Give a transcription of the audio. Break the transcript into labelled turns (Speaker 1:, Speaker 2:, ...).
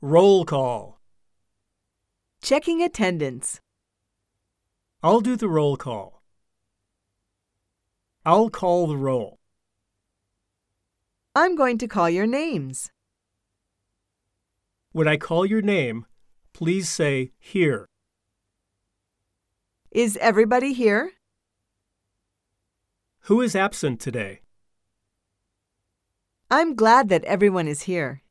Speaker 1: Roll call.
Speaker 2: Checking attendance.
Speaker 1: I'll do the roll call. I'll call the roll.
Speaker 2: I'm going to call your names.
Speaker 1: When I call your name, please say here.
Speaker 2: Is everybody here?
Speaker 1: Who is absent today?
Speaker 2: I'm glad that everyone is here.